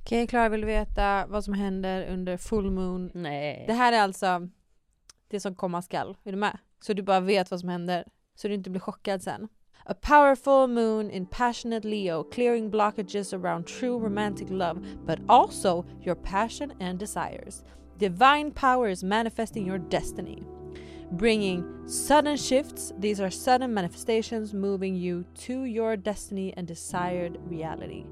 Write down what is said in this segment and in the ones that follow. Okej, Klara vill veta vad som händer under full moon. Nej. Det här är alltså det som komma skall. Är du med? Så du bara vet vad som händer. Så du inte blir chockad sen. A powerful moon in passionate Leo, clearing blockages around true romantic love, but also your passion and desires. Divine power is manifesting your destiny. Bringing sudden shifts, these are sudden manifestations moving you to your destiny and desired reality.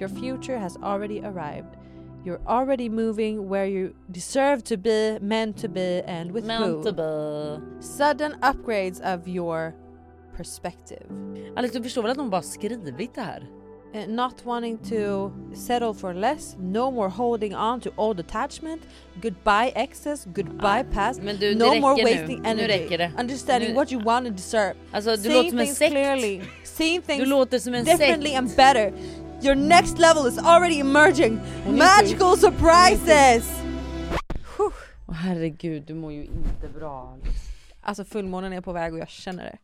Your future has already arrived. You're already moving where you deserve to be, meant to be, and with who. Meant to be. Sudden upgrades of your perspective. Alex du förstår väl att de bara skrivit det här? Uh, not wanting to settle for less, no more holding on to old attachment, goodbye excess, goodbye Ja. past, Men du, det no räcker more nu. wasting Nu energy. räcker det. Understanding Nu- what you want and deserve. Alltså du Seeing låter som en things sekt. clearly. Seeing Du things låter som en differently sekt. and better. Your next level is already emerging. Hon är Magical surprises! Whew. Åh, herregud du mår ju inte bra. Alex. Alltså fullmånen är på väg och jag känner det.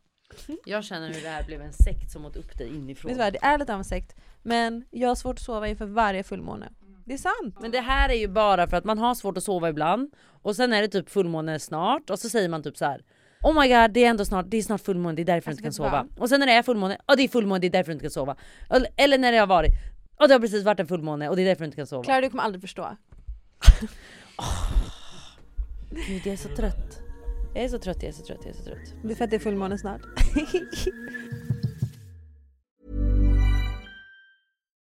Jag känner hur det här blev en sekt som åt upp dig inifrån. Vet du vad, det är lite av en sekt. Men jag har svårt att sova inför varje fullmåne. Det är sant. Men det här är ju bara för att man har svårt att sova ibland och sen är det typ fullmåne snart och så säger man typ så här. Oh my god det är ändå snart, det är snart fullmåne det är därför du inte kan Alltså, vet du sova. Och sen när det är fullmåne, ja det är fullmåne det är därför du inte kan sova. Eller- Eller när det har varit, ja det har precis varit en fullmåne och det är därför du inte kan sova. Klara du kommer aldrig förstå. Gud jag är så trött. Jag är så trött, jag är så trött, jag är så trött. Det är för att det är fullmåne snart.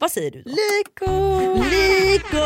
vad säger du då? Liko! Lyko!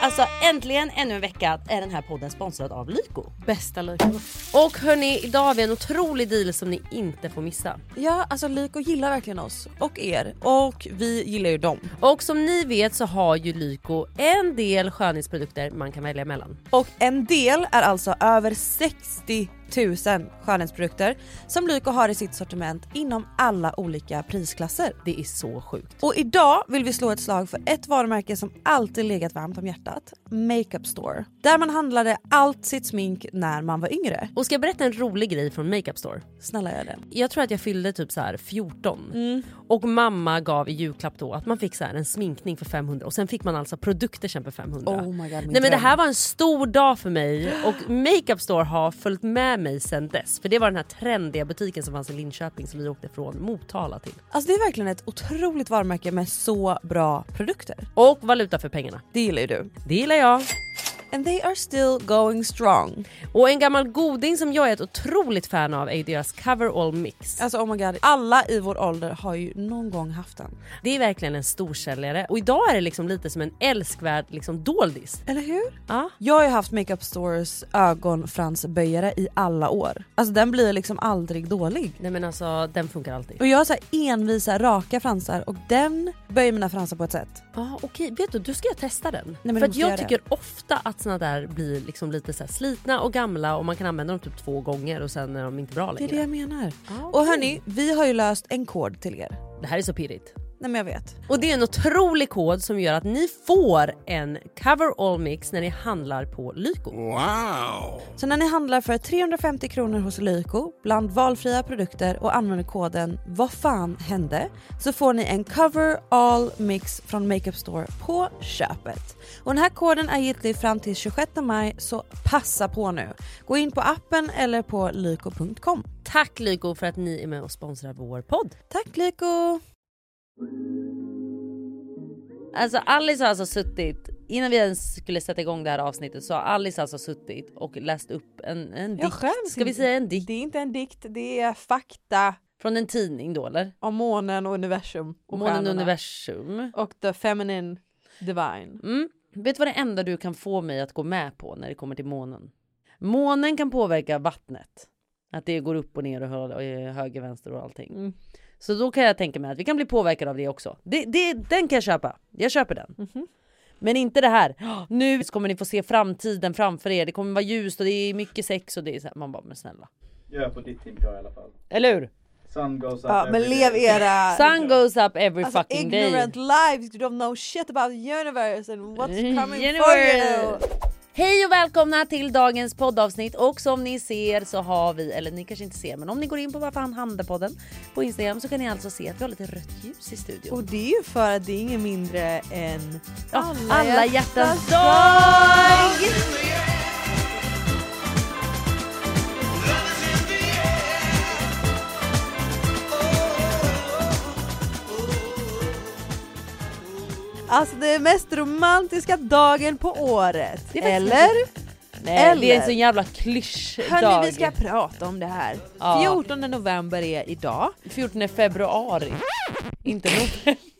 Alltså äntligen ännu en vecka är den här podden sponsrad av Lyko. Bästa Liko. Och hörni, idag har vi en otrolig deal som ni inte får missa. ja, alltså Lyko gillar verkligen oss och er och vi gillar ju dem. Och som ni vet så har ju Lyko en del skönhetsprodukter man kan välja mellan. Och en del är alltså över 60 000 skönhetsprodukter som Lyko har i sitt sortiment inom alla olika prisklasser. Det är så sjukt. Och idag vill vi slå ett slag för ett varumärke som alltid legat varmt om hjärtat, Makeup Store. Där man handlade allt sitt smink när man var yngre. Och ska jag berätta en rolig grej från Makeup Store? Snälla gör det. Jag tror att jag fyllde typ så här 14 Mm. och mamma gav i julklapp då att man fick så här en sminkning för 500 och sen fick man alltså produkter sen för 500. Oh my God, min Nej men dröm. det här var en stor dag för mig och Makeup Store har följt med mig sen dess. För det var den här trendiga butiken som fanns i Linköping som vi åkte från Motala till. Alltså det är verkligen ett otroligt varumärke med så bra produkter. Och valuta för pengarna. Det gillar ju du. Det gillar jag. And they are still going strong. Och en gammal goding som jag är ett otroligt fan av är ju deras Cover All Mix. Alltså oh my god, alla i vår ålder har ju någon gång haft den. Det är verkligen en storsäljare och idag är det liksom lite som en älskvärd liksom doldis. Eller hur? Ja. Jag har ju haft Makeup Stores ögonfransböjare i alla år. Alltså den blir liksom aldrig dålig. Nej men alltså den funkar alltid. Och jag har så här envisa raka fransar och den böjer mina fransar på ett sätt. Ja okej, vet du, du ska jag testa den. men du För att måste jag göra det. tycker ofta att insatserna där blir liksom lite så här slitna och gamla och man kan använda dem typ två gånger och sen är de inte bra Det är längre. det jag menar. Och hörni, vi har ju löst en kod till er. det här är så pirrigt. Nej men jag vet. Och det är en otrolig kod som gör att ni får en cover all mix när ni handlar på Lyko. Så när ni handlar för 350 kronor hos Lyko bland valfria produkter och använder koden Vad fan hände? Så får ni en cover all mix från Makeup Store på köpet. Och den här koden är giltig fram till 26 maj så passa på nu. Gå in på appen eller på lyko.com. Tack Lyko för att ni är med och sponsrar vår podd. Tack Lyko! Alltså Alice har alltså suttit, innan vi ens skulle sätta igång det här avsnittet så har Alice alltså suttit och läst upp en, en dikt. Ska vi säga en dikt? Det är inte en dikt, det är fakta Från en tidning då eller? om månen och universum. Och Månen stjärnorna. universum. Och the feminine divine. Mm. Vet du vad det enda du kan få mig att gå med på när det kommer till månen? Månen kan påverka vattnet. Att det går upp och ner och hö- och eh, höger, vänster och allting. Mm. Så då kan jag tänka mig att vi kan bli påverkade av det också. Det, det, den kan jag köpa. Jag köper den. Men inte det här. Nu kommer ni få se framtiden framför er. Det kommer vara ljust och det är mycket sex och det är så här. Man bara, men snälla. Jag är på ditt teamklar i alla fall. Eller hur? Sun goes up Ja, men every lev day. era Sun goes up every alltså, fucking day. ignorant lives, you don't know shit about the universe and what's coming for you. Universe. Mm, Hej och välkomna till dagens poddavsnitt och som ni ser så har vi, eller ni kanske inte ser men om ni går in på Vad fan handlar-podden på Instagram så kan ni alltså se att vi har lite rött ljus i studion. Och det är ju för att det är inget mindre än ja, alla hjärtans dag! Alltså det är mest romantiska dagen på året. Det är faktiskt Eller? Nej, Det är en Eller? sån jävla klyschdag. Hörni vi ska prata om det här. Ja. 14 november är idag. 14 februari. Inte november.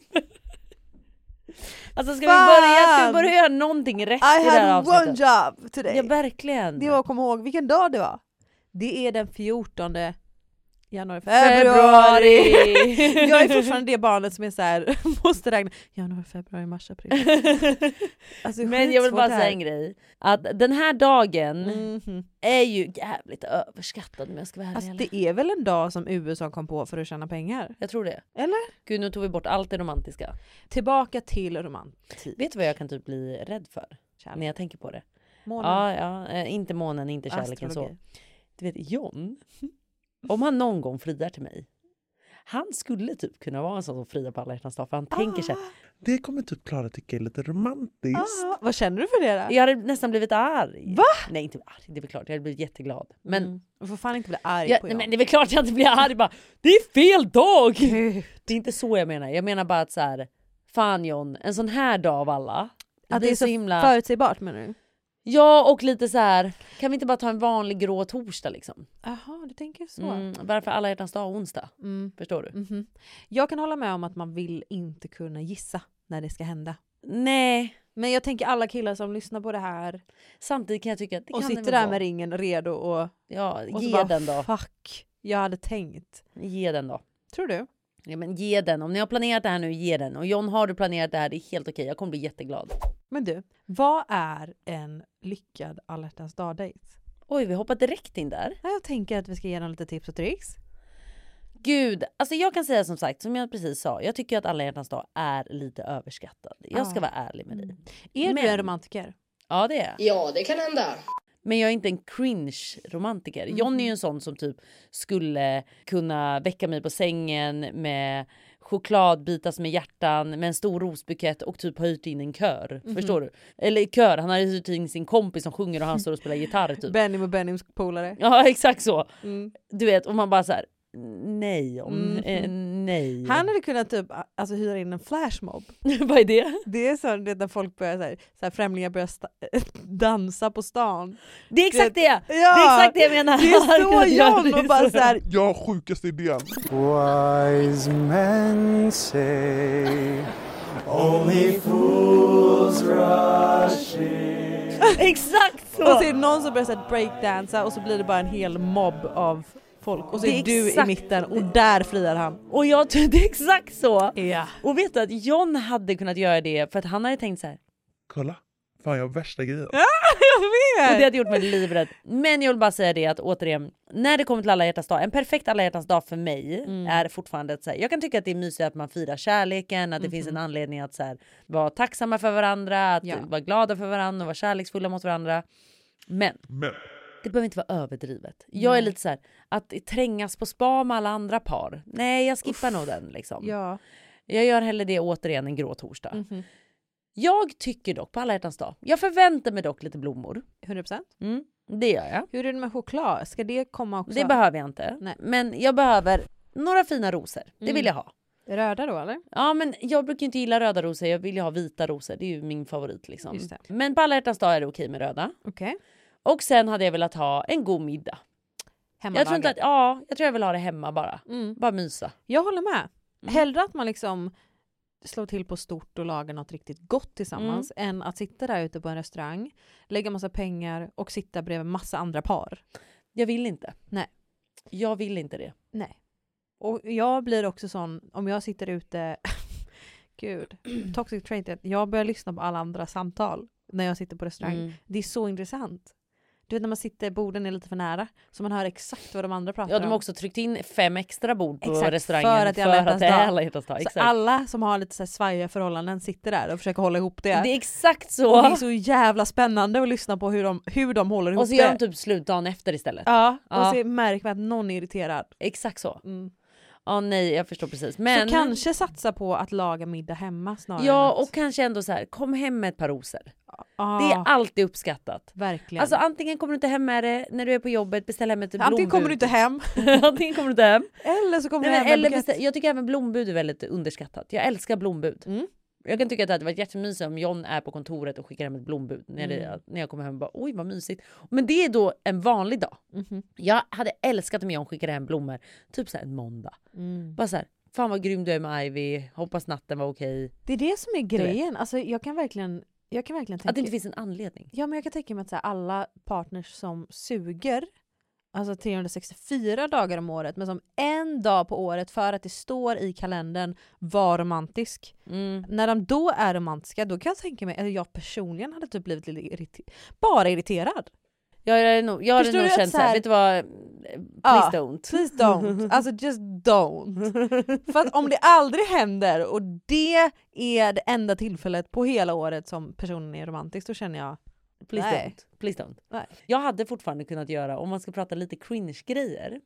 Alltså ska Fan! vi börja, ska vi börja göra någonting rätt i I det här had one avsnittet? job today. Ja verkligen. Det var att komma ihåg vilken dag det var. Det är den 14 januari, Februari. Jag är fortfarande det barnet som är så här, måste räkna januari, februari, mars, april. Alltså, Men jag vill skitsvårt det bara säga här. en grej. Att den här dagen Mhm. är ju jävligt överskattad om jag ska vara ärlig. Alltså eller? det är väl en dag som USA kom på för att tjäna pengar? Jag tror det. Eller? Gud nu tog vi bort allt det romantiska. Tillbaka till romantik. Vet du vad jag kan typ bli rädd för? När jag tänker på det. Månen. Ja, ja, eh, inte månen, inte kärleken Astrologi. så. Du vet John, om han någon gång friar till mig. Han skulle typ kunna vara en sån som friar på alla hjärtans dag för han tänker sig Det kommer typ Klara tycka är lite romantiskt. Ah, vad känner du för det då? jag hade nästan blivit arg. Va? Nej inte arg, det är väl klart jag hade blivit jätteglad. Men Mm. Du får fan inte bli arg Ja, på nej, John. men det är väl klart jag inte blir arg bara, det är fel dag! Det är inte så jag menar, jag menar bara att så här, fan John, en sån här dag av alla, Att det är så himla... förutsägbart menar du? Ja och lite så här. kan vi inte bara ta en vanlig grå torsdag liksom? Jaha, du tänker så. Mm, varför alla hjärtans dag och onsdag? Mm. Förstår du? Mhm. Jag kan hålla med om att man vill inte kunna gissa när det ska hända. Nej, Men jag tänker alla killar som lyssnar på det här samtidigt kan jag tycka att det och kan det sitter väl där vara. med ringen redo och, Ja, och så ge bara, den då. fuck, jag hade tänkt. Ge den då. Tror du? Ja, men ge den, om ni har planerat det här nu, ge den. Och John, har du planerat det här, det är helt okej, jag kommer bli jätteglad. Men du, vad är en lyckad alla hjärtans dag-dejt? Oj, vi hoppar direkt in där. Ja, Jag tänker att vi ska ge dem lite tips och tricks. Gud, alltså jag kan säga som sagt, som jag precis sa, jag tycker att alla hjärtans dag är lite överskattad. Jag ska Ja. Mm. vara ärlig med dig. Är Men- du en romantiker? Ja det är jag. Ja, det kan hända. Men jag är inte en cringe romantiker. Mm. John är ju en sån som typ skulle kunna väcka mig på sängen med chokladbitar som är hjärtan med en stor rosbukett och typ har hyrt in en kör. Mhm. Förstår du? Eller kör, han har hyrt in sin kompis som sjunger och han står och spelar gitarr typ. Benny och Bennys polare. Ja exakt så. Mm. Du vet och man bara så här. Nej, om, Mhm. eh, nej. Han hade kunnat typ alltså, hyra in en flashmob. Vad är det? Det är så du vet, när folk börjar så här, så här, främlingar börjar sta- dansa på stan. Det är exakt det! Ja! Det är exakt det jag menar! Det står John och bara så här- såhär, Jag har sjukaste idén. Wise men say only fools rush in. Exakt så! och så är det någon som börjar såhär breakdansa och så blir det bara en hel mobb av folk och så Det är är du exakt- i mitten och där friar han. Och jag tror det är exakt så! Ja. Och vet du att John hade kunnat göra det för att han hade tänkt så här. Kolla, fan jag har värsta grejen. Jag Och det vet! hade gjort mig livrädd. Men jag vill bara säga det att återigen, när det kommer till alla hjärtans dag, en perfekt alla hjärtans dag för mig Mm. är fortfarande att så här, jag kan tycka att det är mysigt att man firar kärleken, att det finns en anledning att så här, vara tacksamma för varandra, att Mm-hmm. Ja. vara glada för varandra och vara kärleksfulla mot varandra. Men Men det behöver inte vara överdrivet. Jag är lite så här, att trängas på spa med alla andra par. Nej, jag skippar nog den liksom. Ja. Mhm. Jag gör hellre det återigen en grå torsdag. Jag tycker dock på alla hjärtans dag, jag förväntar mig dock lite blommor. 100%. Mm, det gör jag. Hur är det med choklad? Ska det komma också? Det behöver jag inte. Nej. Mm. Men jag behöver några fina rosor. Det vill jag ha. Röda då eller? Ja, men jag brukar inte gilla röda rosor. Jag vill ju ha vita rosor. Det är ju min favorit liksom. Just det. Men på alla hjärtans dag är det okej med röda. Okej. Och sen hade jag velat ha en god middag. Jag tror, inte att, Hemmalagat. ja, jag tror jag vill ha det hemma bara. Mm. Bara mysa. Jag håller med. Mm. Hellre att man liksom slår till på stort och lagar något riktigt gott tillsammans Mm. än att sitta där ute på en restaurang, lägga massa pengar och sitta bredvid massa andra par. Jag vill inte. Nej. Jag vill inte det. Nej. Och jag blir också sån, om jag sitter ute, gud, toxic trait, är att jag börjar lyssna på alla andra samtal när jag sitter på restaurang. Mm. Det är så intressant. Du vet när man sitter, borden är lite för nära, så man hör exakt vad de andra pratar Ja, de om. har också tryckt in fem extra bord på Exakt, restaurangen för att det är alla hjärtans dag. alla hjärtans dag. Så Exakt. alla som har lite så här svajiga förhållanden sitter där och försöker hålla ihop det. Det är exakt så. Och det är så jävla spännande att lyssna på hur de, hur de håller ihop Och så det. gör de typ slut dagen efter istället. ja, Ja. och så märker man att någon är irriterad. Exakt så. Mm. Ja nej jag förstår precis. Men, Så kanske satsa på att laga middag hemma snarare ja än att, och kanske ändå så här, kom hem med ett par rosor. Ja, Det är alltid uppskattat. verkligen. Alltså antingen kommer du inte hem med det när du är på jobbet, beställ hem ett blombud. Antingen kommer du inte hem antingen kommer du inte hem. eller så kommer Nej, du men, hem eller med bukett. beställ, jag tycker även blombud är väldigt underskattat. Jag älskar blombud. Mm. Jag kan tycka att det hade varit jättemysigt om John är på kontoret och skickar hem ett blombud när, Mm. det, när jag kommer hem och bara oj vad mysigt. Men det är då en vanlig dag. Mhm. Jag hade älskat om John skickade hem blommor typ så här en måndag. Mm. Bara så här, fan vad grym du är med Ivy, hoppas natten var okej. Det är det som är grejen. Alltså, jag kan verkligen, jag kan verkligen tänka... Att det inte finns en anledning. Ja men jag kan tänka mig att så här, alla partners som suger, alltså 364 dagar om året, men som en dag på året för att det står i kalendern var romantisk. När de då är romantiska, då kan jag tänka mig, eller jag personligen hade typ blivit lite irriterad. Bara irriterad. Jag är nog, jag hade Förstår nog du att känt så såhär, här- vet du vad, please Ja. don't. Please don't. Alltså just don't. För att om det aldrig händer och det är det enda tillfället på hela året som personen är romantisk, då känner jag Please Nej. don't. Please don't. Nej. Jag hade fortfarande kunnat göra, om man ska prata lite cringe-grejer,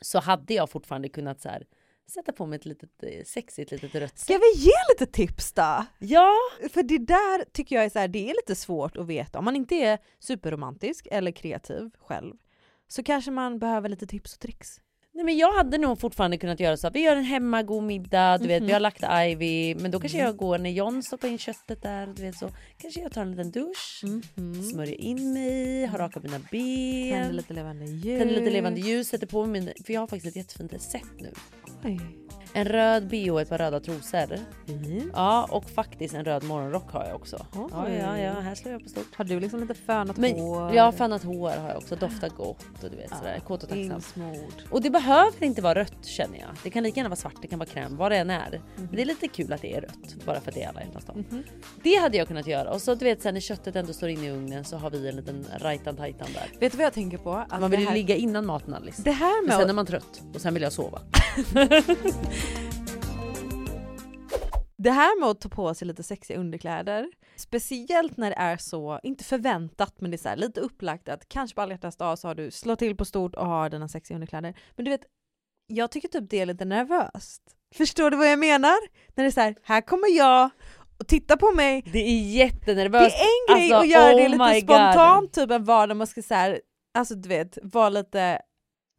så hade jag fortfarande kunnat så här, sätta på mig ett litet eh, sexigt litet rött Ska vi ge lite tips då? Ja! För det där tycker jag är så här, det är lite svårt att veta. Om man inte är superromantisk eller kreativ själv så kanske man behöver lite tips och tricks. Nej men jag hade nog fortfarande kunnat göra så att vi gör en hemma god middag, du Mhm. vet vi har lagt Ivy, men då kanske jag går när John stoppar in köttet där, du vet så kanske jag tar en liten dusch, smörjer in mig, har rakat mina ben. Tänder Mhm. lite levande ljus. Tänder lite levande ljus, sätter på mig min, för jag har faktiskt ett jättefint recept nu. Oj. En röd bh och ett par röda trosor. Fint. Ja, och faktiskt en röd morgonrock har jag också. Oj. Ja, ja, ja, här slår jag på stort. Har du liksom lite fönat Men hår? jag har fannat hår har jag också, doftar gott och du vet sådär, kåt och tacksam. Insmord. Och det behöver inte vara rött känner jag. Det kan lika gärna vara svart, det kan vara kräm, vad det än är. Mhm. Men det är lite kul att det är rött, bara för att det är alla hjärtans dag. Det hade jag kunnat göra. Och så du vet sen när köttet ändå står inne i ugnen så har vi en liten rajtan tajtan där. Vet du vad jag tänker på? Att Man vill det, ju här, ligga innan maten Alice. det här Men med sen är man trött och sen vill jag sova. Det här med att ta på sig lite sexiga underkläder, speciellt när det är så, inte förväntat men det är så här, lite upplagt att kanske på alla hjärtans dag så har du slå till på stort och har dina sexiga underkläder. Men du vet, jag tycker typ det är lite nervöst. Förstår du vad jag menar? När det är så här, här kommer jag och titta på mig. Det är Det jättenervöst. är en grej Alltså, att göra oh det my God. lite spontant typ en vardag man ska så här, alltså du vet, vara lite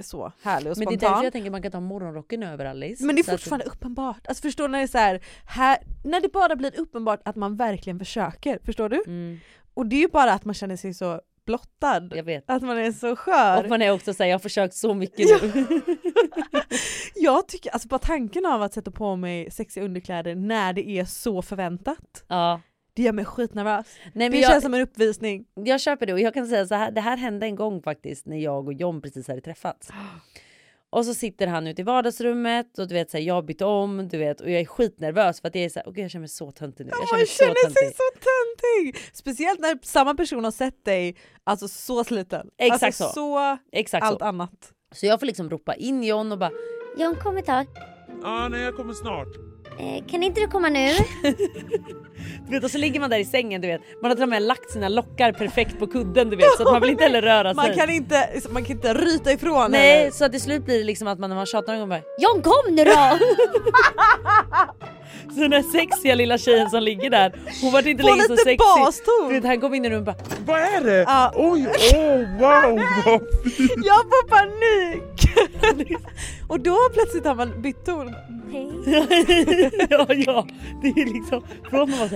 så härlig och Men det är spontan. därför jag tänker man kan ta morgonrocken över Alice. Men det är Så att- fortfarande uppenbart. Alltså förstår du när det är så här, här, när det bara blir uppenbart att man verkligen försöker, förstår du? Mm, Och det är ju bara att man känner sig så blottad, jag vet. att man är så skör. Och man är också såhär, jag har försökt så mycket Ja. nu. Jag tycker, alltså bara tanken av att sätta på mig sexiga underkläder när det är så förväntat, Ja. det gör mig skitnervös. Nej, men Det jag, känns som en uppvisning. jag köper det och jag kan säga så här, det här hände en gång faktiskt när jag och John precis hade träffats. Och så sitter han ute i vardagsrummet och du vet så här, jag har bytt om, du vet och jag är skitnervös för att jag är så här, "Åh, gud, jag känner mig så töntig nu. Jag känner mig så sig töntig. så töntig! Speciellt när samma person har sett dig alltså så sliten. Exakt alltså, så. så. Exakt Allt så. annat. Så jag får liksom ropa in John och bara John kommer ett tag. Ah, nej, jag kommer snart. Eh, kan inte du komma nu? Du vet, och så ligger man där i sängen, du vet. Man har till och med lagt sina lockar perfekt på kudden, du vet. Så att man vill inte heller röra sig. Man kan inte, man kan inte ryta ifrån Nej, heller. så till slut blir det liksom att man när man tjatar någon gång bara John kom nu då! Så den där sexiga lilla tjejen som ligger där, hon vart inte Få längre så lite sexig. baston. Du vet, han kom in i rummet och bara Vad är det? Ja. Oj, oh, wow, vad fint. Jag får panik! och då plötsligt har man bytt ton. Hej. ja, ja, det är liksom från man var så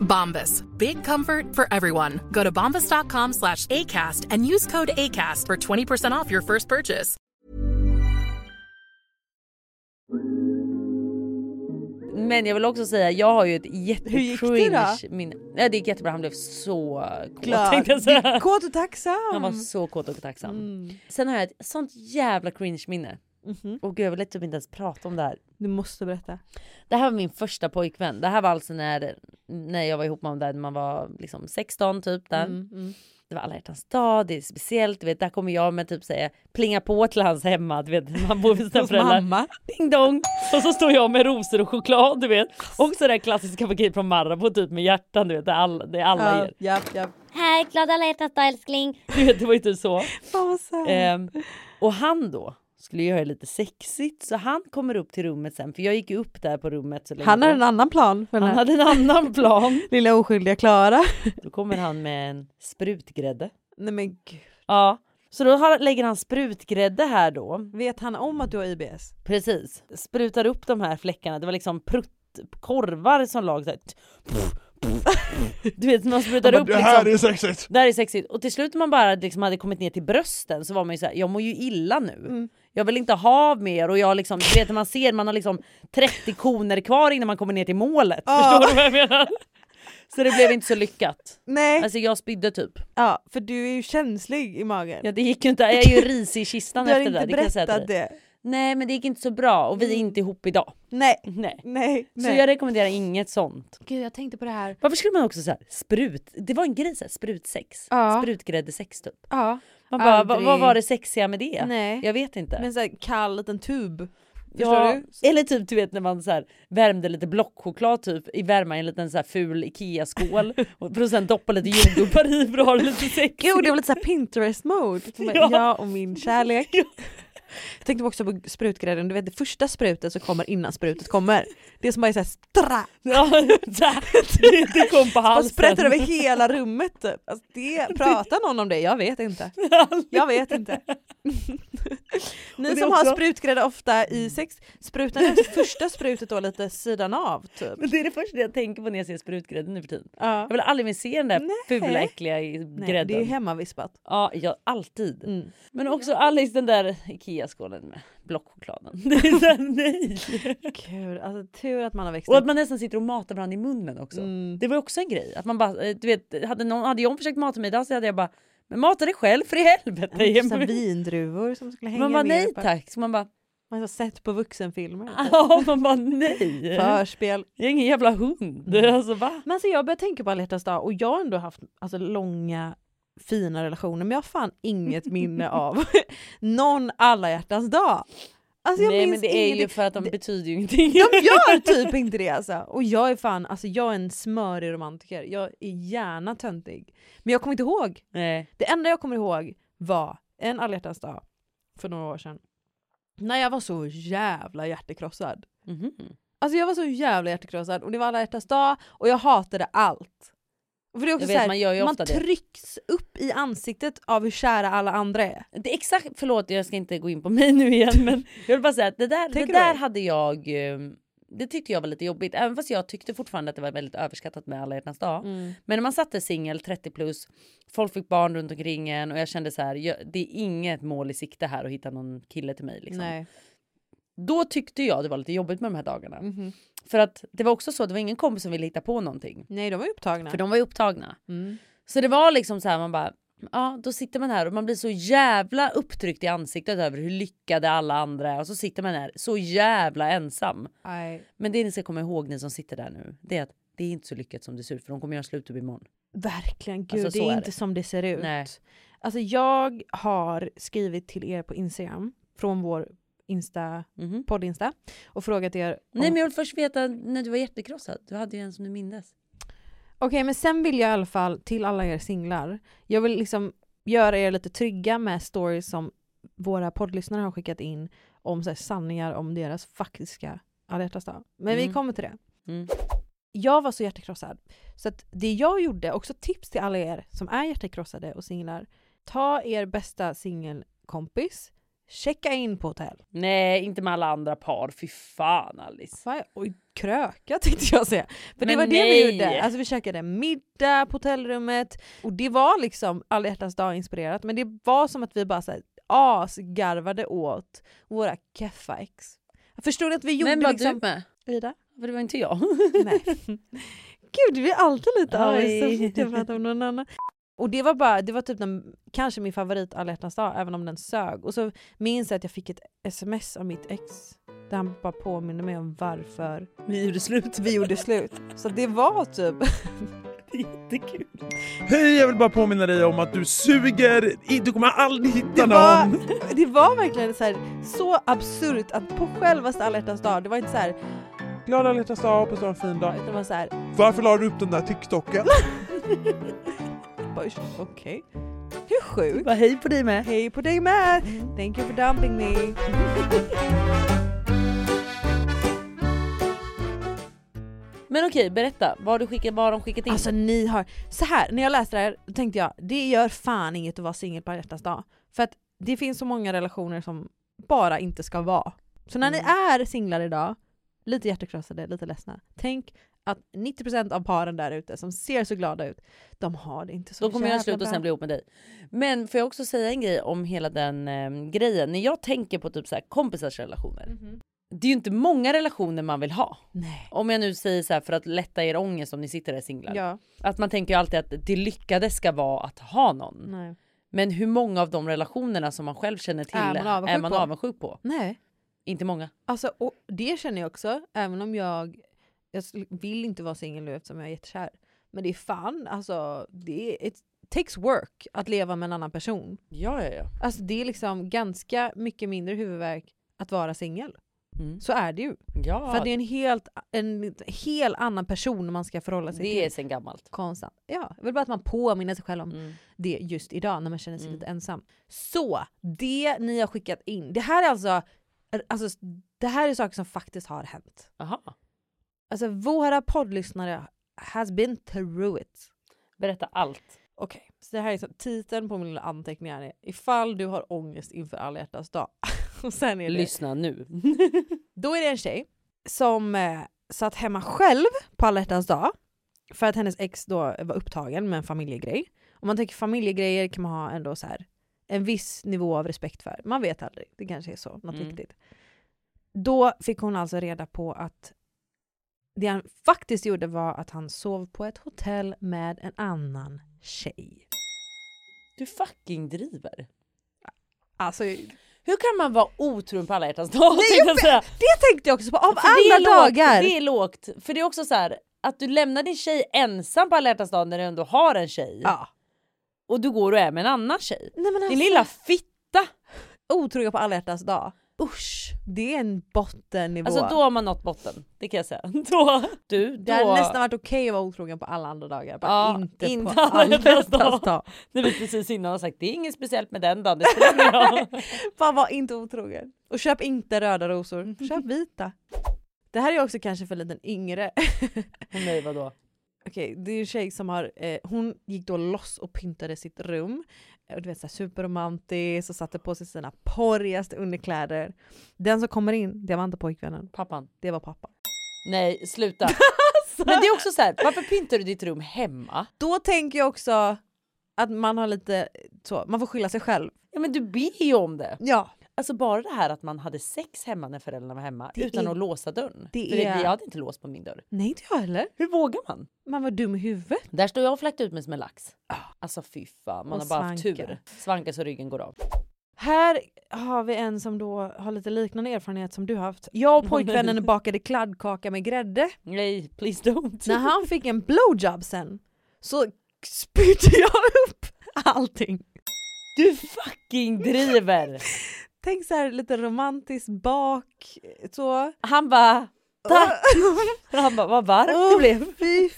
Bombas. Big comfort for everyone. Go to bombas.com slash ACAST and use code ACAST for 20% off your first purchase. Men jag vill också säga, jag har ju ett Hur gick det jättecringe minne. Ja, det gick jättebra, han blev så kåt Mm. Glad. tänkte jag säga. Kåt och tacksam. Mm. Han var så kåt och tacksam. Sen har jag ett sånt jävla cringe minne. Och gud jag vill typ inte ens prata om det här. Mhm. Du måste berätta. Det här var min första pojkvän. Det här var alltså när, när jag var ihop med honom där när man var liksom 16 typ. Där. Mm, Det var alla hjärtans dag, det är speciellt. Du vet, där kommer jag med typ säga plinga på till hans hemma. Du vet, man bor vid sina Hos föräldrar. mamma. Ding dong! Och så står jag med rosor och choklad du vet. Alltså. Och så det här klassiska paketet från Marabou typ med hjärtan du vet. Det alla, det alla Ja, ger. ja, ja. Här, glad alla hjärtans dag älskling. Du vet, det var ju typ så. Fan vad söt. Ehm, och han då skulle göra det lite sexigt så han kommer upp till rummet sen för jag gick ju upp där på rummet så länge. Han har då. en annan plan för den han här hade en annan plan. lilla oskyldiga Klara. Då kommer han med en sprutgrädde. Nej men gud. Ja, så då har- lägger han sprutgrädde här då. Vet han om att du har IBS? Precis. Sprutar upp de här fläckarna. Det var liksom pruttkorvar som lag så här. Du vet, man sprutar upp Det här liksom. är sexigt. Det här är sexigt. Och till slut när man bara liksom hade kommit ner till brösten så var man ju så här, jag mår ju illa nu. Jag vill inte ha mer och jag liksom, du vet när man ser, man har liksom 30 koner kvar innan man kommer ner till målet. Förstår du vad jag menar? Så det blev inte så lyckat. Nej, Alltså jag spydde typ. ja, för du är ju känslig i magen. Ja det gick ju inte, jag är ju risig i kistan du har efter det inte där. Det kan jag säga till berättat dig. det. Mm. Nej men det gick inte så bra och vi är inte ihop idag. Nej, Nej. nej, Mm. Så nej. jag rekommenderar inget sånt. Gud jag tänkte på det här. Varför skulle man också så här, sprut, det var en grej så här, sprutsex, Ja. sprutgräddesex typ. Ja, Man bara, vad, Aldrig. vad var det sexiga med det? Nej. Jag vet inte. men såhär kall liten tub. Förstår ja, du? Eller typ du vet när man så här, värmde lite blockchoklad typ i värma i en liten så här, ful IKEA-skål och för att sen doppa lite jordgubbar i för att ha det lite sexigt. Gud det var lite såhär Pinterest mode. Ja. Jag och min kärlek. Jag tänkte också på sprutgrädden, du vet det första sprutet som kommer innan sprutet kommer. Det som bara är såhär stra! Ja, det kom på halsen. sprätter över hela rummet typ. Alltså, det, pratar någon om det? Jag vet inte. Jag vet inte. Och Ni det som också- har sprutgrädde ofta i sex, sprutar ni första sprutet då lite sidan av typ? Men det är det första jag tänker på när jag ser sprutgrädde nu för tiden. Ja. Jag vill aldrig mer se den där fula äckliga i Nej, grädden. det är Mm. hemmavispat. Ja, jag, alltid. Men också Alice den där IKEA-skålen med blockchokladen. Det är så här, nej! Gud, alltså tur att man har växt Och upp. att man mm, nästan sitter och matar varandra i munnen också. Mm. Det var ju också en grej. Att man bara, eh, du vet, hade, någon, hade jag försökt mata mig idag så hade jag bara men mata dig själv för i helvete! Typ så här vindruvor som skulle hänga man bara ner nej på- tack. Så man bara Man har sett på vuxenfilmer. typ. ja, man bara nej. Förspel. Jag är ingen jävla hund. Mm. Alltså va? Men så jag börjar tänka på alla hjärtans dag och jag har ändå haft alltså, långa fina relationer men jag har fan inget minne av någon alla hjärtans dag. Alltså, jag nej men minns det är ju ingenting. för att de Det- betyder ju ingenting. De gör typ inte det alltså. Och jag är fan, alltså jag är en smörig romantiker. Jag är gärna töntig. Men jag kommer inte ihåg. Nej. Det enda jag kommer ihåg var en alla hjärtans dag för några år sedan. När jag var så jävla hjärtekrossad. Mhm. Alltså jag var så jävla hjärtekrossad och det var alla hjärtans dag och jag hatade allt. För det är också Jag vet, så här, man gör ju man ofta det. trycks upp i ansiktet av hur kära alla andra är. Det är exakt, förlåt jag ska inte gå in på mig nu igen men jag vill bara säga att det där, det Take it där away. hade jag, eh, det tyckte jag var lite jobbigt även fast jag tyckte fortfarande att det var väldigt överskattat med alla hjärtans dag. Men när man satte singel 30 plus, folk fick barn runt omkring en och jag kände så här, jag, det är inget mål i sikte här att hitta någon kille till mig liksom. Nej. Då tyckte jag det var lite jobbigt med de här dagarna. Mhm. För att det var också så, det var ingen kompis som ville hitta på någonting. Nej de var ju upptagna. För de var ju upptagna. Mm. Så det var liksom så här man bara Ja, då sitter man här och man blir så jävla upptryckt i ansiktet över hur lyckade alla andra är och så sitter man här så jävla ensam. Nej. Men det ni ska komma ihåg ni som sitter där nu, det är att det är inte så lyckat som det ser ut för de kommer göra slut upp imorgon. Verkligen, gud Alltså, det så är är inte det. som det ser ut. Nej. Alltså jag har skrivit till er på Instagram från vår Insta, podd-Insta och frågat er om... Nej, Mhm. men jag vill först veta när du var hjärtekrossad. Du hade ju en som du mindes. Okej, men sen vill jag i alla fall till alla er singlar, jag vill liksom göra er lite trygga med stories som våra poddlyssnare har skickat in om så här, sanningar om deras faktiska alla hjärtans dag. Men vi Mm. kommer till det. Mm. Jag var så hjärtekrossad. Så att det jag gjorde, också tips till alla er som är hjärtekrossade och singlar. Ta er bästa singelkompis, checka in på hotell. Nej, inte med alla andra par. Fy fan Alice. Fan, Oj, kröka tänkte jag säga. För det Men var det vi nej! gjorde. Alltså vi käkade middag på hotellrummet och det var liksom alla hjärtans dag inspirerat men det var som att vi bara så här, asgarvade åt våra keffa ex. Jag förstod att vi gjorde Men var liksom... du med? Ida? För det var inte jag. Nej. Gud, vi är alltid lite avis Oj. så fort jag pratar om någon annan. Och det var bara, det var typ den, kanske min favorit alla hjärtans dag, även om den sög. Och så minns jag att jag fick ett sms av mitt ex där han bara påminner mig om varför vi gjorde slut. Vi gjorde slut. Så det var typ... Jättekul. Hej, jag vill bara påminna dig om att du suger. I- Du kommer aldrig hitta Det någon. var, det var verkligen så, här, så absurt att på självaste alla hjärtans dag, det var inte så här, Glad alla hjärtans dag, hoppas du har en fin dag. utan det var så här, Varför la du upp den där TikToken? bara, okej. Hur sjukt? Bara hej på dig med. Hej på dig med! Thank you for dumping me. Men okej, berätta. Vad har, du skickat, vad har de skickat in? Alltså ni har, så här när jag läste det här då tänkte jag det gör fan inget att vara singel på alla hjärtans dag. För att det finns så många relationer som bara inte ska vara. Så när Mm. ni är singlar idag, lite hjärtekrossade, lite ledsna, tänk att 90% av paren där ute som ser så glada ut, de har det inte så Då kommer jag jävla sluta och bra. sen bli ihop med dig. Men får jag också säga en grej om hela den eh, grejen. När jag tänker på typ så här kompisars relationer. Mhm. Det är ju inte många relationer man vill ha. Nej. Om jag nu säger så här för att lätta er ångest om ni sitter där singlar. Ja. Att man tänker ju alltid att det lyckade ska vara att ha någon. Nej. Men hur många av de relationerna som man själv känner till Är man avundsjuk är man på? avundsjuk på? Nej. Inte många. Alltså, och det känner jag också, även om jag, jag skulle- vill inte vara singel nu eftersom jag är jättekär. Men det är fan, alltså, det är, it takes work att leva med en annan person. Ja, ja, ja. Alltså det är liksom ganska mycket mindre huvudvärk att vara singel. Mm. Så är det ju. Ja. För att det är en helt, en hel annan person man ska förhålla sig till. Det är sen gammalt. Konstant. Ja, jag vill bara att man påminner sig själv om det just idag när man känner sig Mm. lite ensam. Så, det ni har skickat in. Det här är alltså, alltså det här är saker som faktiskt har hänt. Aha. Alltså våra poddlyssnare has been through it. Berätta allt. Okej, så det här är så, titeln på mina anteckningar är ifall du har ångest inför alla hjärtans dag. Och sen är det, Lyssna nu. Då är det en tjej som eh, satt hemma själv på alla hjärtans dag för att hennes ex då var upptagen med en familjegrej. Om man tänker familjegrejer kan man ha ändå så här en viss nivå av respekt för. Man vet aldrig, det kanske är så, något Mm. viktigt. Då fick hon alltså reda på att det han faktiskt gjorde var att han sov på ett hotell med en annan tjej. Du fucking driver. Alltså, Hur kan man vara otrogen på alla hjärtans dag? Nej, tänkte jag säga. det tänkte jag också på, För av det är alla lågt, dagar! Det är lågt. För det är också så här att du lämnar din tjej ensam på alla hjärtans dag när du ändå har en tjej. Ja. Och du går och är med en annan tjej. Nej, men Din alltså- lilla fitta! Otrogen på alla hjärtans dag. Usch, det är en bottennivå. Alltså då har man nått botten, det kan jag säga. Då, du, då... Det hade nästan varit okej att vara otrogen på alla andra dagar, bara Ja, inte, inte på alla hjärtans dag. När vi precis innan har sagt det är inget speciellt med den dagen, det spelar ingen roll. Fan var inte otrogen. Och köp inte röda rosor, köp vita. Det här är också kanske för en liten yngre. Åh Nej vadå? Okej, det är ju en tjej som har, eh, hon gick då loss och pyntade sitt rum. Eh, Och du vet såhär superromantiskt och satte på sig sina porrigaste underkläder. Den som kommer in, det var inte pojkvännen, Pappan. det var pappa. Nej sluta. Men det är också så här, varför pyntar du ditt rum hemma? Då tänker jag också att man har lite så, man får skylla sig själv. Ja men du ber ju om det. Ja, Alltså bara det här att man hade sex hemma när föräldrarna var hemma Det utan är- att låsa dörren. det För är- jag hade inte låst på min dörr. nej inte jag heller. Hur vågar man? Man var dum i huvudet. Där står jag och fläkt ut mig som en lax. Alltså fy fan, man Ah. Och har bara haft svanka. tur. Svanka så ryggen går av. Här har vi en som då har lite liknande erfarenhet som du haft. Jag och pojkvännen bakade kladdkaka med grädde. Nej, please don't. När han fick en blowjob sen så spydde jag upp allting. Du fucking driver! Tänk så här lite romantiskt bak, så. Han bara, Tack. han bara, vad varmt det Åh, blev. Fy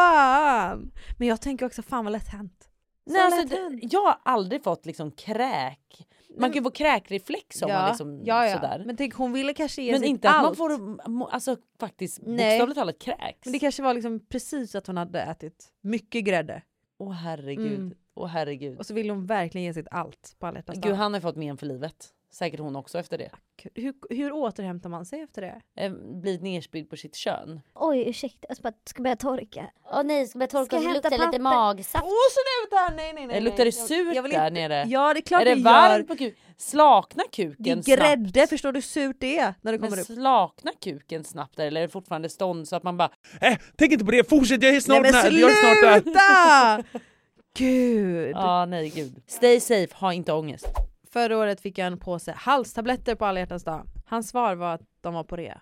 fan! Men jag tänker också, fan vad lätt hänt. Så Nej, alltså, lätt det- hänt. jag har aldrig fått liksom kräk. Man kan ju få kräkreflex om man liksom ja, ja. sådär. Men, Men tänk hon ville kanske ge sig inte att allt. man får må- alltså, faktiskt Nej. bokstavligt talat kräks. Men det kanske var liksom precis att hon hade ätit mycket grädde. Åh herregud, Mm. åh herregud. Och så ville hon verkligen ge sitt allt på alla hjärtans Gud dag. han har fått men för livet. Säkert hon också efter det. hur, hur återhämtar man sig efter det? Eh, Blivit nerspydd på sitt kön. Oj ursäkta, jag ska, bara, ska börja torka. Åh nej, jag ska börja torka Ska och så jag luktar hämta det lite papper? magsaft. Åh så luktar nej nej nej. Eh, luktar det nej. surt jag vill där inte- nere? Ja det är klart är det, det gör. varmt på kuken? Slakna Det är kuken snabbt? grädde, förstår du hur surt det är när det kommer Men upp? slakna kuken snabbt där, eller är det fortfarande stånd så att man bara Äh, tänk inte på det, fortsätt, jag är snart nej men där. Jag är snart där. sluta! Gud. ja "Ah, nej gud. Stay safe, ha inte ångest. Förra året fick jag en påse halstabletter på alla hjärtans dag. Hans svar var att de var på rea.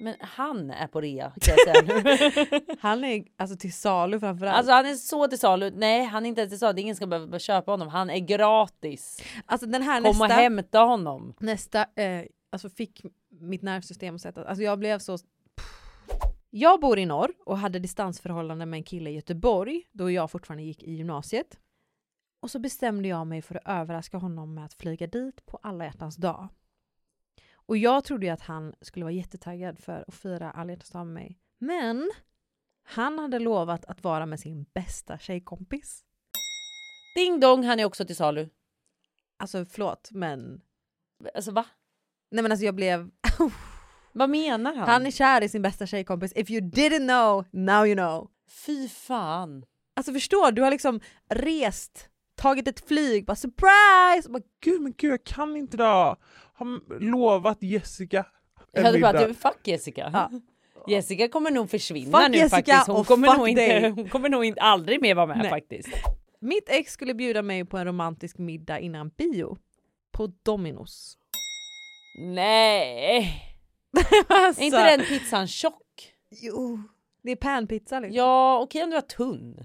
Men han är på rea kan jag säga nu. Han är alltså till salu framförallt. Alltså han är så till salu. Nej han är inte ens till salu, ingen ska behöva behöva köpa honom. Han är gratis. alltså den här Kom och nästa. hämta honom. nästa eh, alltså fick mitt nervsystem att sätta... Alltså jag blev så... Jag bor i norr och hade distansförhållande med en kille i Göteborg då jag fortfarande gick i gymnasiet. Och så bestämde jag mig för att överraska honom med att flyga dit på alla hjärtans dag. Och jag trodde ju att han skulle vara jättetaggad för att fira alla hjärtans dag med mig. Men han hade lovat att vara med sin bästa tjejkompis. Ding dong, han är också till salu. Alltså förlåt men... Alltså va? Nej men alltså jag blev... Vad menar han? Han är kär i sin bästa tjejkompis. If you didn't know, now you know. Fy fan. Alltså förstår du har liksom rest, tagit ett flyg, bara surprise! Och Bara, Gud men gud, jag kan inte då. Har lovat Jessica. Jag en hade middag. bara typ fuck Jessica. Ja. Jessica kommer nog försvinna Fuck nu Jessica faktiskt. Hon och kommer, fuck nog inte, dig. hon kommer nog inte aldrig mer vara med Nej. faktiskt. Mitt ex skulle bjuda mig på en romantisk middag innan bio. På Dominos. Nej. alltså, Är inte den pizzan tjock? Jo. Det är panpizza liksom. Ja, okej om du var tunn.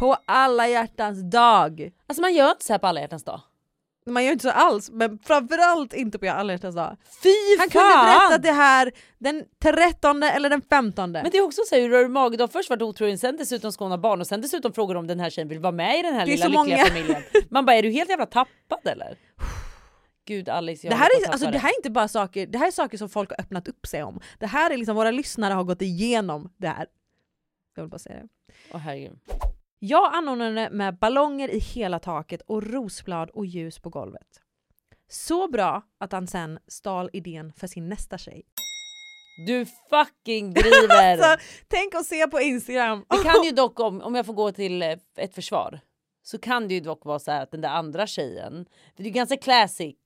På alla hjärtans dag! Alltså man gör inte så här på alla hjärtans dag. Man gör inte så alls, men framförallt inte på alla hjärtans dag. Fy fan! Han kunde berätta det här den 13 eller den 15. Men det är också så här, hur rör du magen? Du har först varit otrogen, sen dessutom ska hon ha barn och sen dessutom frågar du om den här tjejen vill vara med i den här Det är lilla så lyckliga många. familjen. Man bara, är du helt jävla tappad eller? Gud Alice, jag Det här, håller på är, att alltså, tappa det här är inte bara saker, det här är saker som folk har öppnat upp sig om. Det här är liksom, våra lyssnare har gått igenom det här. Jag vill bara säga det. Åh, herregud. Jag anordnade med ballonger i hela taket och rosblad och ljus på golvet. Så bra att han sen stal idén för sin nästa tjej. Du fucking driver! Alltså, tänk att se på Instagram! Det kan ju dock, om, om jag får gå till eh, ett försvar, så kan det ju dock vara så här att den där andra tjejen, det är ju ganska classic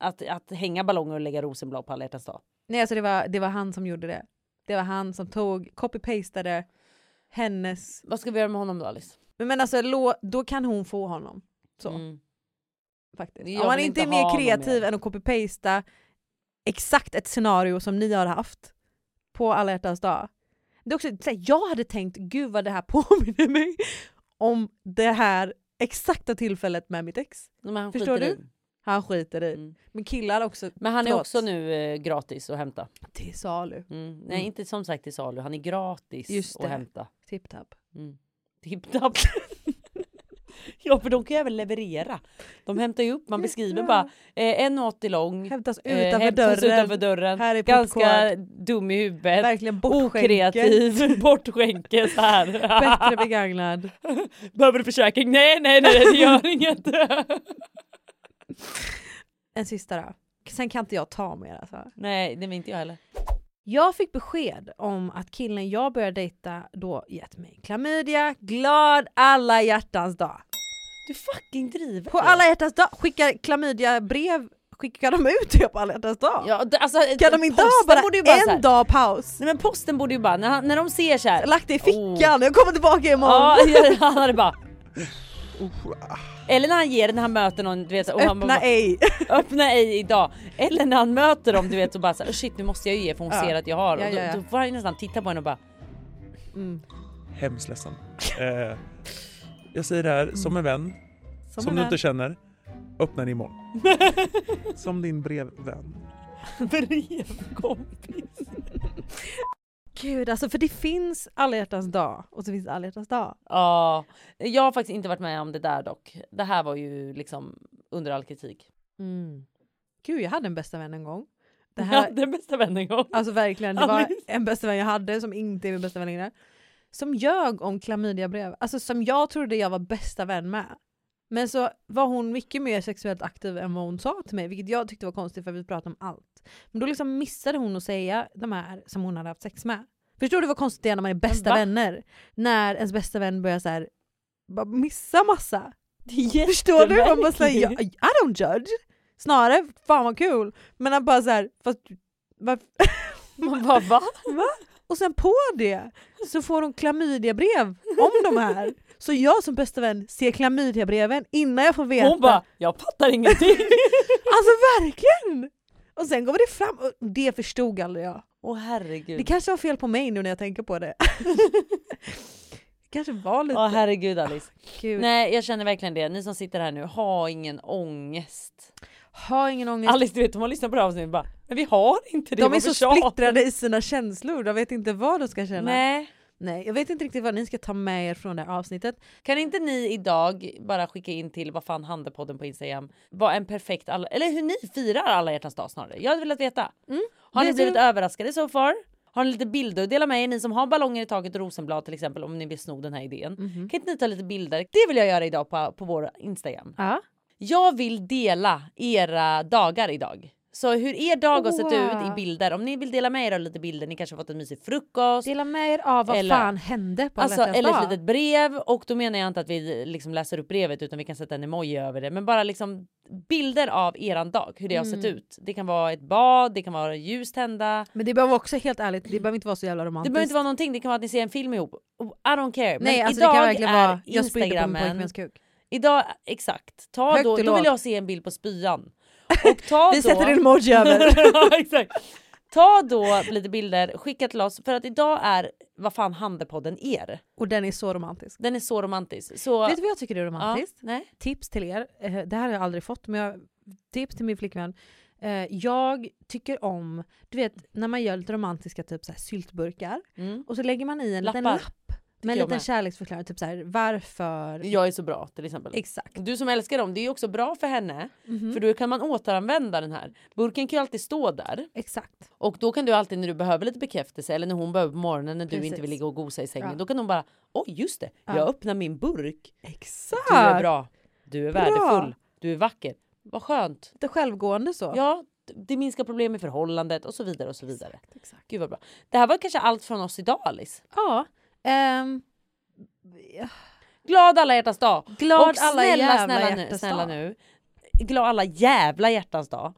att, att hänga ballonger och lägga rosenblad på alla hjärtans dag. Nej alltså det var, det var han som gjorde det. Det var han som tog, copy-pastade hennes... Vad ska vi göra med honom då Alice? Men, men alltså lå, då kan hon få honom. Så. Faktiskt. Jag Om man vill inte är inte ha mer honom kreativ mer. än att copy-pasta exakt ett scenario som ni har haft på alla hjärtans dag. Det är också, så här, jag hade tänkt, gud vad det här påminner mig om det här exakta tillfället med mitt ex. Men han Förstår skiter du? i. Han skiter Mm. i. Men killar också. Men han är förlåt, också nu eh, gratis att hämta. Till salu. Mm. Nej, inte som sagt till salu. Han är gratis Just det. att hämta. Tipp-tapp. Mm. Tipp-tapp. ja, för de kan ju även leverera. De hämtar ju upp, man beskriver bara eh, 1,80 lång. Hämtas eh, utanför hämtas dörren. utanför dörren. Här är Ganska popcorn. dum i huvudet. Verkligen bortskänke. Okreativ. Bortskänke så här. Bättre begagnad. Behöver du försäkring? Nej, nej, nej, det gör inget. En sista då. Sen kan inte jag ta mer alltså. nej, det vill inte jag heller. Jag fick besked om att killen jag började dejta då gett mig klamydia. Glad alla hjärtans dag. Du fucking driver. På alla hjärtans dag skickar klamydia brev. Skickar de ut det på alla hjärtans dag? Ja, d- alltså, kan de inte ha posten bara, borde ju bara så här- en dag paus? Nej men posten borde ju bara, när, han- när de ser så här. Lagt det i fickan, jag kommer tillbaka Oh. Ja, imorgon. han hade bara... Eller när han ger den, när han möter någon, du vet. Och han Öppna bara, ej. öppna ej idag. Eller när han möter dem, du vet, och bara så här, "Oh shit nu måste jag ju ge för hon Ja. ser att jag har. Ja, och då, ja, ja. då får han ju nästan titta på henne och bara, Mm. Hemskt ledsen. Eh, jag säger det här som en vän, som, en du vän. inte känner. Öppna din imorgon. som din brevvän. brevkompis. Gud alltså för det finns alla hjärtans dag och så finns det alla hjärtans dag. Ja, jag har faktiskt inte varit med om det där dock. Det här var ju liksom under all kritik. Mm. Gud jag hade en bästa vän en gång. Det Det här, här... den bästa vännen gång. Alltså verkligen, det var Alice. en bästa vän jag hade som inte är min bästa vän längre. Som ljög om klamydiabrev. Alltså som jag trodde jag var bästa vän med. Men så var hon mycket mer sexuellt aktiv än vad hon sa till mig, vilket jag tyckte var konstigt för vi pratade om allt. Men då liksom missade hon att säga de här som hon hade haft sex med. Förstår du vad konstigt det är när man är bästa va? vänner? När ens bästa vän börjar så här, bara missa massa. Det är Förstår du? Man bara jättemärkligt. säger I don't judge. Snarare, fan vad kul. Men han bara så här, fast varför? Man bara va? Va? Och sen på det så får hon klamydiabrev om de här. Så jag som bästa vän ser klamydiabreven innan jag får veta. Hon bara, jag fattar ingenting. Alltså verkligen! Och sen kommer det fram, och det förstod aldrig jag. Åh herregud. Det kanske var fel på mig nu när jag tänker på det. det kanske var lite... Ja herregud Alice. Gud. Nej jag känner verkligen det. Ni som sitter här nu, ha ingen ångest. Ha ingen ångest. Alice du vet hon har lyssnat på det här avsnittet och bara, men vi har inte det. de är varför så tjatar splittrade i sina känslor, de vet inte vad de ska vi?" känna. Nej. Nej, jag vet inte riktigt vad ni ska ta med er från det här avsnittet. Kan inte ni idag bara skicka in till vad fan handelpodden på Instagram? Vad en perfekt alla, eller hur ni firar alla hjärtans dag snarare. Jag hade velat veta. har det ni är blivit du- överraskade Mm. så so far? Har ni lite bilder att dela med er? Ni som har ballonger i taget och rosenblad till exempel om ni vill sno den här idén. Kan inte ni ta lite bilder? Det vill jag göra idag på, på vår Instagram. Jag vill dela era dagar idag. Så hur er dag har sett Wow. ut i bilder. Om ni vill dela med er av lite bilder, ni kanske har fått en mysig frukost. Dela med er av vad Eller- fan hände på alla Alltså, hjärtans eller dag. ett litet brev och då menar jag inte att vi liksom läser upp brevet utan vi kan sätta en emoji över det men bara liksom bilder av eran dag, hur det har sett Mm. ut. Det kan vara ett bad, det kan vara ljus tända. Men det behöver också helt ärligt, det behöver inte vara så jävla Det romantiskt. behöver inte vara någonting, det kan vara att ni ser en film ihop. Oh, I don't care. Men Nej, alltså, det idag kan verkligen är vara, jag spydde på min Instagrammen... pojkväns kuk. Idag, exakt. Ta Högt då, och då lågt. vill jag se en bild på spyan. Och ta Vi då... sätter en emoji över. Ja, exakt. Ta då lite bilder, skicka till oss för att idag är vad fan Handelpodden er. Och den är så romantisk. Den är så romantisk. Så... Vet du vad jag tycker är romantiskt? Ja, nej. Tips till er, eh, det här har jag aldrig fått, men jag, tips till min flickvän. Eh, Jag tycker om, du vet när man gör lite romantiska typ så här, syltburkar Mm. och så lägger man i en liten Lappar. lapp med en jag liten med. kärleksförklaring, typ så här, varför? Jag är så bra till exempel. Exakt. Du som älskar dem, det är ju också bra för henne Mm. för då kan man återanvända den här. Burken kan ju alltid stå där. Exakt. Och då kan du alltid när du behöver lite bekräftelse eller när hon behöver på morgonen när du Precis. inte vill ligga och gosa i sängen. Ja. Då kan hon bara, oj just det, Ja. jag öppnar min burk. Exakt. Du är Ah. bra, du är Bra. värdefull, du är vacker. Vad skönt. Lite självgående så. Ja, det minskar problem i förhållandet och så vidare och så vidare. Gud vad bra. Det här var kanske allt från oss idag Alice. Ja. ehm, Glad alla hjärtans dag! Glad och snälla, alla jävla snälla, nu, hjärtans snälla dag. nu. Glad alla jävla hjärtans dag.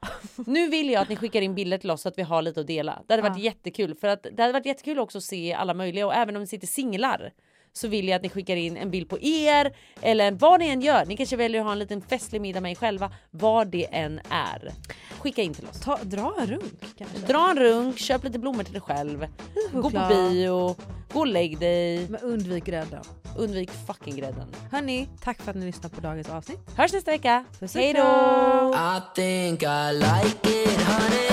nu vill jag att ni skickar in bilder till oss så att vi har lite att dela. Det hade varit Ja. jättekul för att det hade varit jättekul också att se alla möjliga och även om ni sitter singlar så vill jag att ni skickar in en bild på er eller en- vad ni än gör. Ni kanske väljer att ha en liten festlig middag med er själva. Vad det än är. Skicka in till oss. Ta, dra en runk kanske. Dra en runk, köp lite blommor till dig själv. Gå på choklad. bio, gå och lägg dig. Men undvik grädden. Undvik fucking grädden. Hörni, tack för att ni lyssnade på dagens avsnitt. Hörs nästa vecka. Puss och Hej kram. då! I think I like it, honey.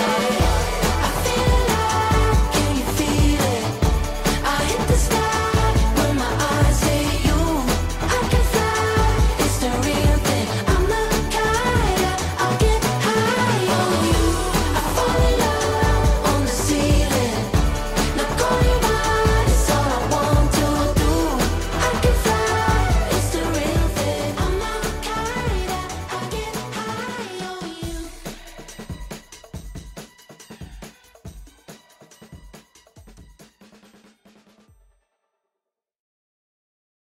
I feel